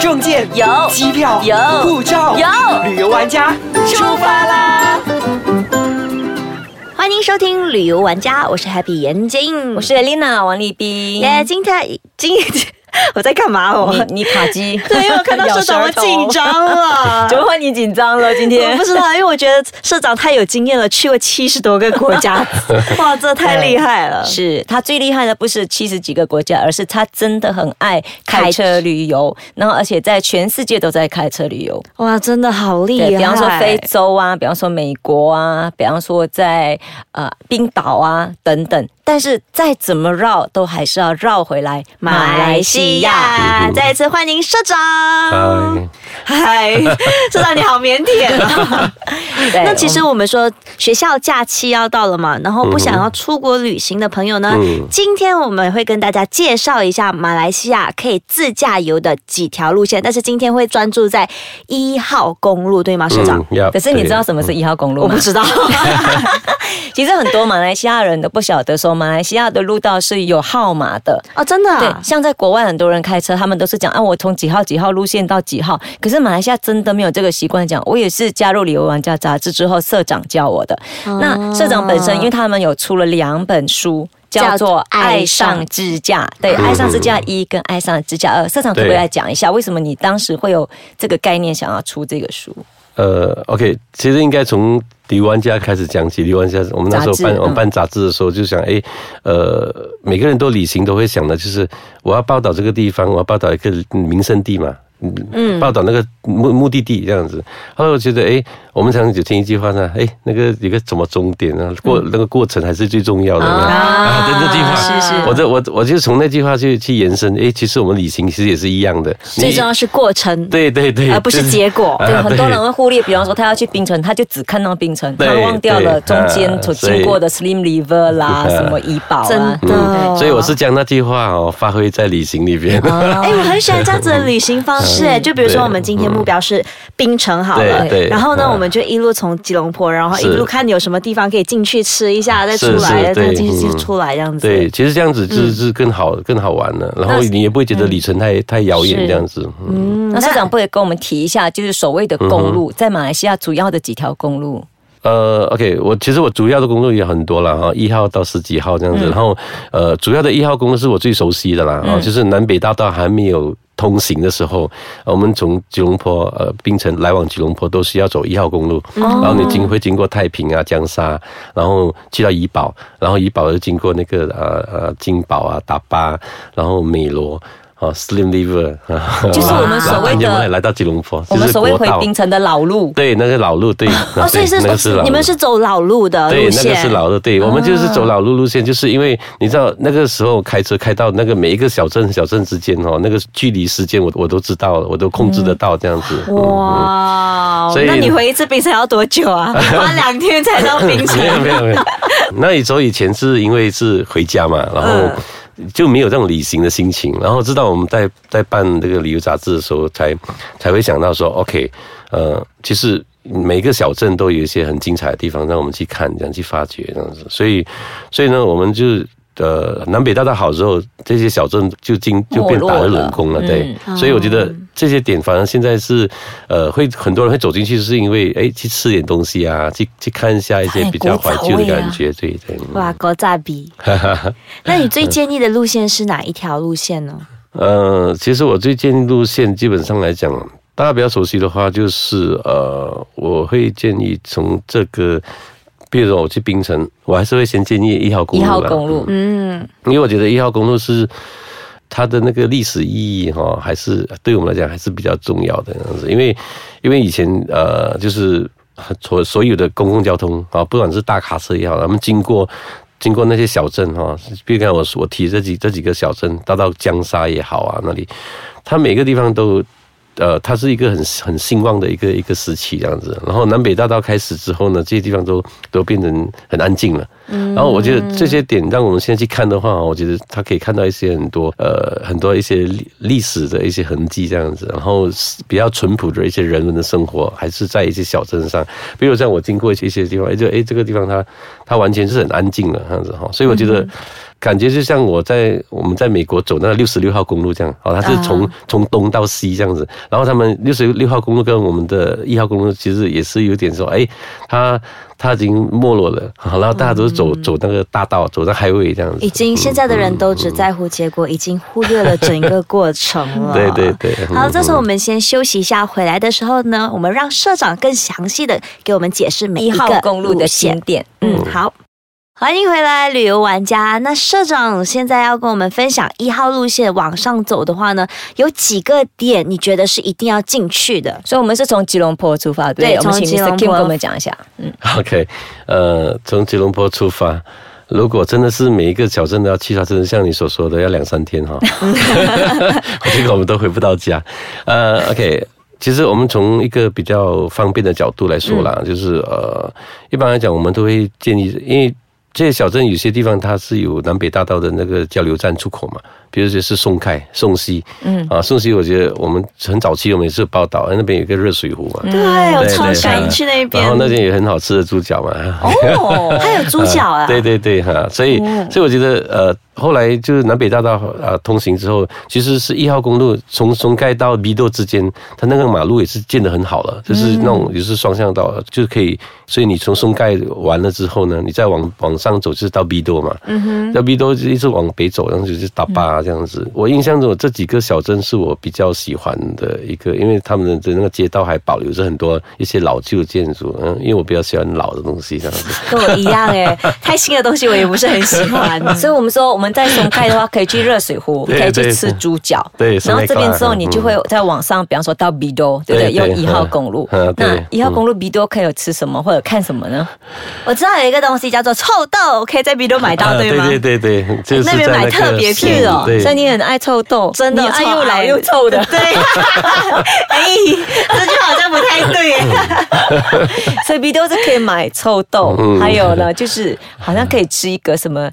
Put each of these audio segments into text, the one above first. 证件有机票有护照有旅游玩家出发啦！欢迎收听旅游玩家，我是 Happy 严静，我是 Lina 王立嗯斌。耶，今天 今我在干嘛我？你你卡机， 对，因为我看到社长，啊我紧咬舌张了 头，。怎么换你紧张了？今我天不知道，因为我觉得社长太有经验了，去过七十多个国家， 哇，这太厉害了！是他最厉害的不是七十几个国家，而是他真的很爱开车旅游，然后而且在全世界都在开车旅游。哇，真的好厉害！对比方说非洲啊，比方说美国啊，比方说在呃冰岛啊等等，但是再怎么绕都还是要绕回来马来西。亚，再一次欢迎社长。嗨，嗨，社长你好腼腆 啊。对那其实我们说学校假期要到了嘛，然后不想要出国旅行的朋友呢，嗯今天我们会跟大家介绍一下马来西亚可以自驾游的几条路线，但是今天会专注在一号公路，对吗，社长？要可是你知道什么是一号公路我吗不？知道， 其实很多马来西亚人都不晓得说，马来西亚的路道是有号码的。 哦，真的、对啊，，像在国外很多人开车，他们都是讲啊，我从几号几号路线到几号。可是马来西亚真的没有这个习惯讲，我也是加入旅游玩家杂志之后，社长教我的。那社长本身，因为他们有出了两本书。叫叫做做《爱上支架》，对，《爱上支架一》跟《爱上支架二》，社长可不可以对来讲一下，为什么你当时会有这个概念，想要出这个书？呃，OK，其实应该从迪玩家开始讲起。迪玩家，我们那时候杂志办嗯我们办杂志的时候，就想，哎，呃，每个人都旅行都会想的，就是我要报道这个地方，我要报道一个名胜地嘛。嗯，报道那个目目的地这样子，后来我觉得，哎，我们常常只听一句话呢，哎，那个有个什么终点啊，过、那个过程还是最重要的呢。啊，对这句话，是是我这我我就从那句话去去延伸，哎，其实我们旅行其实也是一样的，最重要是过程，对对对，而不是就是结果。啊对，很多对哦人会忽略，比方说他要去槟城，他就只看到槟城，他对忘掉了中对间啊所所以经过的 Slim River 啦， 啊什么怡宝真啊，的，所以我是将那句话哦发挥在旅行里边。哎、我很喜欢这样子的旅行方式，哎，就比如说我们今天目标是槟城好了，嗯对对然后呢，嗯我们就一路从吉隆坡，然后一是路看有什么地方可以进去吃一下，再出来，是是对再进去嗯出来这样子。嗯对，其实这样子是是更好更好玩了，然后你也不会觉得旅程太太遥远这样子。嗯，那社长不也跟我们提一下，就是所谓的公路，在马来西亚主要的几条公路，呃，OK，我其实我主要的公路也很多了哈，一号到十几号这样子，嗯然后呃，主要的一号公路是我最熟悉的啦，啊，就是南北大道还没有。通行的时候，呃我们从吉隆坡呃槟城来往吉隆坡都是要走一号公路，然哦后你经会经过太平啊、江沙，然后去到怡保，然后怡保又经过那个呃呃金宝啊、达巴，然后美罗。啊 s l i m River 啊，就是我们所谓的然后来到吉隆坡，我们就是所谓国回道槟城的老路。对那个老路，对，哦，所以是,、对那个老路你们是走老路的对，路那线，个是老的，对，我们就是走老路路线，就是因为你知道那个时候开车开到那个每一个小镇小镇之间哦，那个距离时间我我都知道，我都控制得到这样子。嗯！哇、所以那你回一次槟城要多久 啊？花两天才到槟城没有没有没有，那你走以前是因为是回家嘛，然后就没有这种旅行的心情，然后直到我们在在办这个旅游杂志的时候才，才会想到说，OK，呃，其实每个小镇都有一些很精彩的地方，让我们去看，这样去发掘这样子，所以所以呢，我们就。呃，南北大道好之后，这些小镇就进就变打了冷宫了，对，哦所以我觉得这些点反而现在是，呃，会很多人会走进去，是因为哎去吃点东西啊，去去看一下一哎些比较怀旧的感觉，对啊对。嗯哇，国炸 比！那你最建议的路线是哪一条路线呢？呃，其实我最建议路线基本上来讲，大家比较熟悉的话，就是呃，我会建议从这个，比如说我去槟城，我还是会先建议一号公一路啦号公路，嗯，因为我觉得一号公路是它的那个历史意义哈、还是对我们来讲还是比较重要的这样子。因为因为以前呃，就是所所有的公共交通啊，不管是大卡车也好，他们经过。经过那些小镇哈，比如看我我提这几这几个小镇，到到江沙也好啊，那里，它每个地方都呃，它是一个很很兴旺的一个一个时期这样子。然后南北大道开始之后呢，这些地方都都变成很安静了。然后我觉得这些点让我们现在去看的话，我觉得它可以看到一些很多呃很多一些历历史的一些痕迹这样子。然后是比较淳朴的一些人文的生活，还是在一些小镇上，比如像我经过一些一些地方，哎就哎这个地方它它完全是很安静的这样子哈。所以我觉得感觉就像我在我们在美国走那六十六号公路这样，哦，它是从、从东到西这样子。然后他们六十六号公路跟我们的一号公路其实也是有点说，哎，它它已经没落了，好然后大家都是走、走那个大道，走到 highway 这样子。嗯已经现在的人都只在乎结果，已经忽略了整个过程了。 对对对好，嗯这时候我们先休息一下，回来的时候呢，我们让社长更详细的给我们解释每一一号个公路的路线景点。嗯，好。欢迎回来，旅游玩家。那社长现在要跟我们分享一号路线往上走的话呢，有几个点你觉得是一定要进去的？所以我们是从吉隆坡出发，对不对对，我们从请吉隆 Mr. 坡 Kim 跟我们讲一下。嗯， OK，呃，从吉隆坡出发，如果真的是每一个小镇都要去，它真的像你所说的要两三天哈、 结果我们都回不到家。呃，OK，其实我们从一个比较方便的角度来说啦，嗯就是呃，一般来讲，我们都会建议，因为这些小镇有些地方它是有南北大道的那个交流站出口嘛，比如说是松开、松溪，嗯啊，松溪，我觉得我们很早期我们也是有报道，那边有一个热水壶嗯嘛，对，我对超对想对去嗯那边。然后那边有很好吃的猪脚嘛，哦，还有猪脚啊！呃 对对对哈、所以、所以我觉得呃，后来就是南北大道呃通行之后，其实是一号公路从松盖到 B 豆之间，它那个马路也是建得很好了，就是那种也是双向道，就是可以。所以你从松盖完了之后呢，你再往往上走就是到 B 豆嘛，嗯哼，嗯到 B 豆就一直往北走，然后就是打巴这样子。我印象中这几个小镇是我比较喜欢的一个，因为他们的那个街道还保留着很多一些老旧建筑，嗯，因为我比较喜欢老的东西这样子。跟我一样哎、太新的东西我也不是很喜欢。所以我们说我们在松开的话，可以去热水壶，嗯对可以去对吃猪脚。对然后这边之后，你就会嗯在网上，比方说到 B 多，对不对？对对用一号公路嗯嗯，对那一号公路 B 多可以有吃什么或者看什么呢？我知道有一个东西叫做臭豆，可以在 B 都买到，啊对吗？哎对对对对，就是那边在买个特别县屁哦对所以你很爱臭豆，真的你爱超又老爱又臭的。 对，哎， 这句好像不太对。所以 B 多是可以买臭豆，嗯还有呢，就是好像可以吃一个什么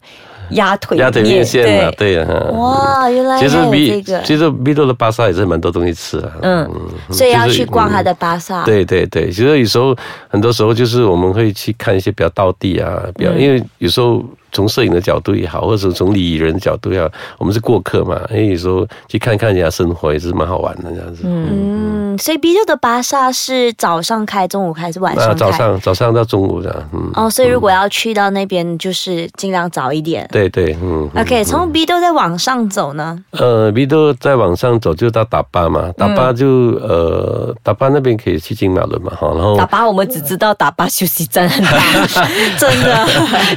鸭腿鸭腿面线嘛，对呀。哇，原来还其实有这 B 个，其实 B 多的巴萨也是蛮多东西吃啊，嗯所以要去逛它他的巴萨。嗯对对对，其实有时候很多时候就是我们会去看一些比较道地啊，嗯比较、因为有时候从摄影的角度也好，或者从礼仪人的角度也好，我们是过客嘛，因为有时候去看看人家生活也是蛮好玩的这样子。嗯，嗯，所以 B 六的巴萨是早上开、中午开还是晚上啊，开？早上早上到中午的，嗯，哦，所以如果要去到那边，就是尽量早一点。对对，嗯。 OK，从 B 六再往上走呢？ 呃，比多再往上走就到打巴嗯嘛，打巴就、呃，打巴那边可以去金马仑嘛，哈，然后打巴我们只知道打巴休息站很 大，真的。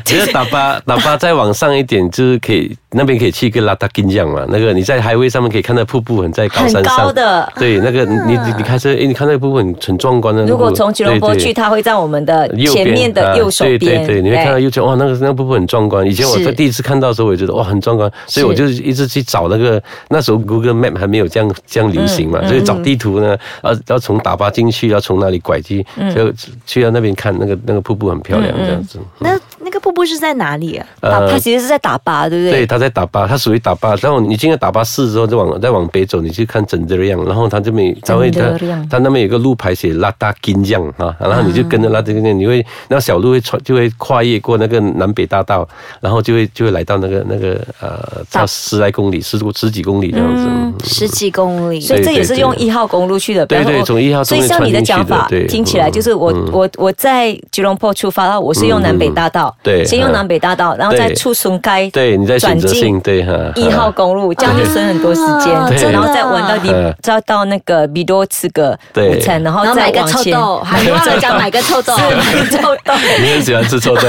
其实打巴打巴再往上一点就是可以，那边可以去一个拉达金江嘛，那个你在海位上面可以看到瀑布很在高山上，很高的对，那个你你你开车，诶，你看那个瀑布很很壮观的，如果从吉隆坡去，对。对它会在我们的右前边面的右手边。哎啊对对对，你会看到右边，哇，那个那个瀑布很壮观。以前我是在第一次看到的时候，我也觉得哇很壮观，所以我就一直去找那个那时候 Google Map 还没有这样这样流行嗯嘛，所以找地图呢，要要从打巴进去，要从哪里拐去，嗯就去到那边看那个那个瀑布很漂亮这样子。 那那个瀑布是在哪里啊？打它其实是在打巴，对不呃对，对？他在打巴，他属于打巴。然后你进了打巴市之后，再往再往北走，你去看整德亮，然后他这边他会他整德亮他那边有个路牌写拉达金江啊，然后你就跟着拉达金江，你会那小路会穿就会跨越过那个南北大道，然后就会就会来到那个那个呃，到十来公里，十多十几公里这样子。嗯嗯十几公里。所以这对也是用一号公路去的，比方说对对我从一号所以公路像你的讲法穿进去的对嗯听起来就是我、我我在吉隆坡出发，我是用南北大道，嗯对先用南北大道，然后再对出松开，对，你在选择性转进对哈一号公哦路，这样就省很多时间啊，对然后再玩到嗯你，再到那个比多吃个对午餐，然后然后再买个往臭前 豆，还忘了讲买个臭豆。 臭豆。你很喜欢吃臭 豆。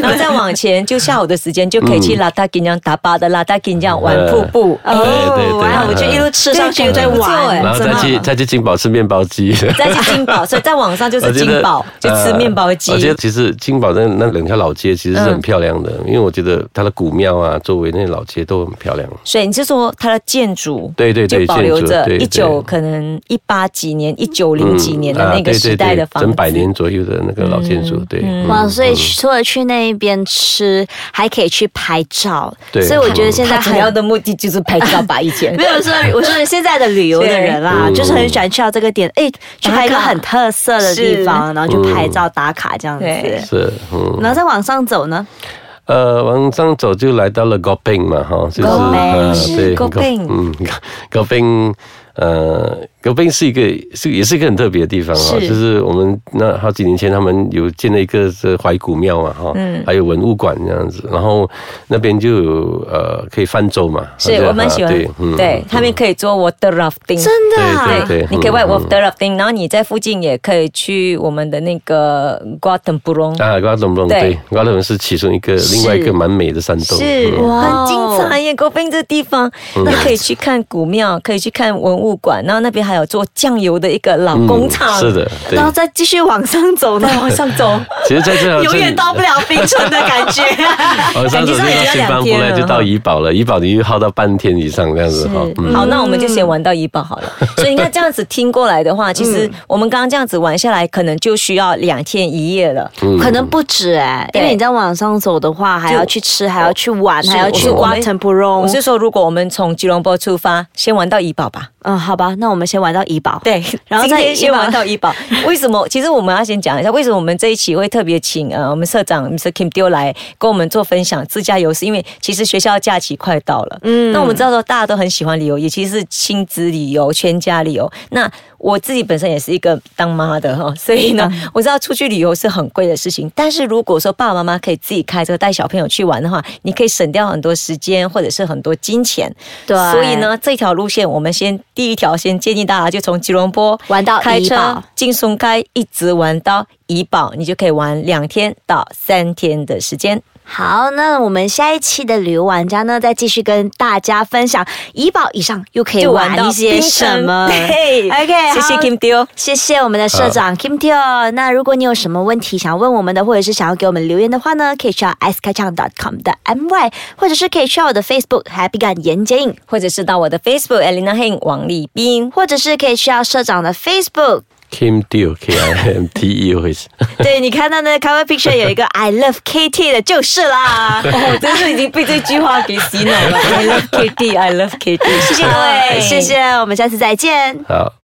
然后再往前，就下午的时间就可以去拉达金江打巴的拉达金江玩瀑布，对对对哦哇，我就一路吃上去，又在对感觉不错玩哎，然后再去再去金宝吃面包机。再去金宝，所以在网上就我是觉金得呃宝，就吃面包嗯机。我觉得其实金宝那那两条老街其实是很漂亮的，因为我觉得它的古庙啊，周围那些老街都很漂亮。所以你是说它的建筑对对就对保留着建筑一对九对可能一八几年一九零几年的啊那个对对时代对的房子，整百年左右的那个老建筑，对。嗯哇，所以除了去那边吃，还可以去拍照。对所以我觉得现在它主很要的目的就是拍照吧，以前没 有说，我说现在的旅游的人啊啦，对就是很喜欢去到这个点，哎，去拍一个打卡很特色的地方，然后去拍照打卡这样子。对是，嗯，然后再往上走呢，呃，往上走就来到了 Gopeng 嘛，哈，就是 Gopeng，呃是对 Gopeng 嗯，Gopeng，呃，Gopeng 是一个是也是一个很特别的地方哈，是就是我们那好几年前他们有建了一个这怀古庙嘛，哈，嗯，还有文物馆这样子，然后那边就有呃可以泛舟嘛，是对我蛮啊喜欢对，，对，他们可以做 water rafting，真的啊、对对对，你可以外嗯 water rafting，然后你在附近也可以去我们的那个 g u a t e m b u r o n 啊，瓜总龙对对，瓜总是其中一个另外一个蛮美的山洞，是，嗯哇很精彩耶！国宾这地方，那可以去看古庙，可以去看文物馆，然后那边还有做酱油的一个老嗯工厂，是，的，对然，后再继续往上走呢，往上 走，其实在这条永远到不了冰城的感 觉。哦，上手就到新邦不赖，就到怡保了，怡保你又耗到半天以上这样子是哈。嗯，好，那我们就先玩到怡保好了。所以你看这样子听过来的话，其实我们刚刚这样子玩下来，可能就需要两天一夜了。嗯可能不止哎、对因为你在往上走的话，还要去吃，还要去玩，是还要去我挖们城不我哦容。是说，如果我们从吉隆坡出发，先玩到怡保吧。嗯，好吧，那我们先玩到怡保。对，然后今再天医先保玩到医 保。为什么？其实我们要先讲一下，为什么我们这一期会特别请呃我们社长 Mr. Kim 丢来跟我们做分享自驾游，是因为其实学校假期快到了，嗯，那我们知道说大家都很喜欢旅游，尤其是亲子旅游、全家旅游。那我自己本身也是一个当妈的哈，所以呢，我知道出去旅游是很贵的事情。但是如果说爸爸妈妈可以自己开车带小朋友去玩的话，你可以省掉很多时间或者是很多金钱。对所以呢，这条路线我们先第一条先建议大家就从吉隆坡玩到开怡保车进松开，一直玩到怡保，你就可以玩两天到三天的时间。好，那我们下一期的旅游玩家呢，再继续跟大家分享怡保以上又可以就玩玩到一些槟城什么。 对 OK，谢谢好 Kim 丢。谢谢我们的社长 Kim Teo。那如果你有什么问题想要问我们的，或者是想要给我们留言的话呢，可以去到 s k a c h a n g c o m 的 my，或者是可以去到我的 Facebook Happy 感言接应，或者是到我的 Facebook Elena Heng 王立斌，或者是可以去到社长的 Facebook。 Kim Deal K I M T E 会是对你看到那个 cover picture 有一个 I love KT 的就是 啦。我真是已经被 这句话给洗脑了。I love Kitty, I love Kitty。谢谢谢谢各位，谢谢，我们下次再见。好。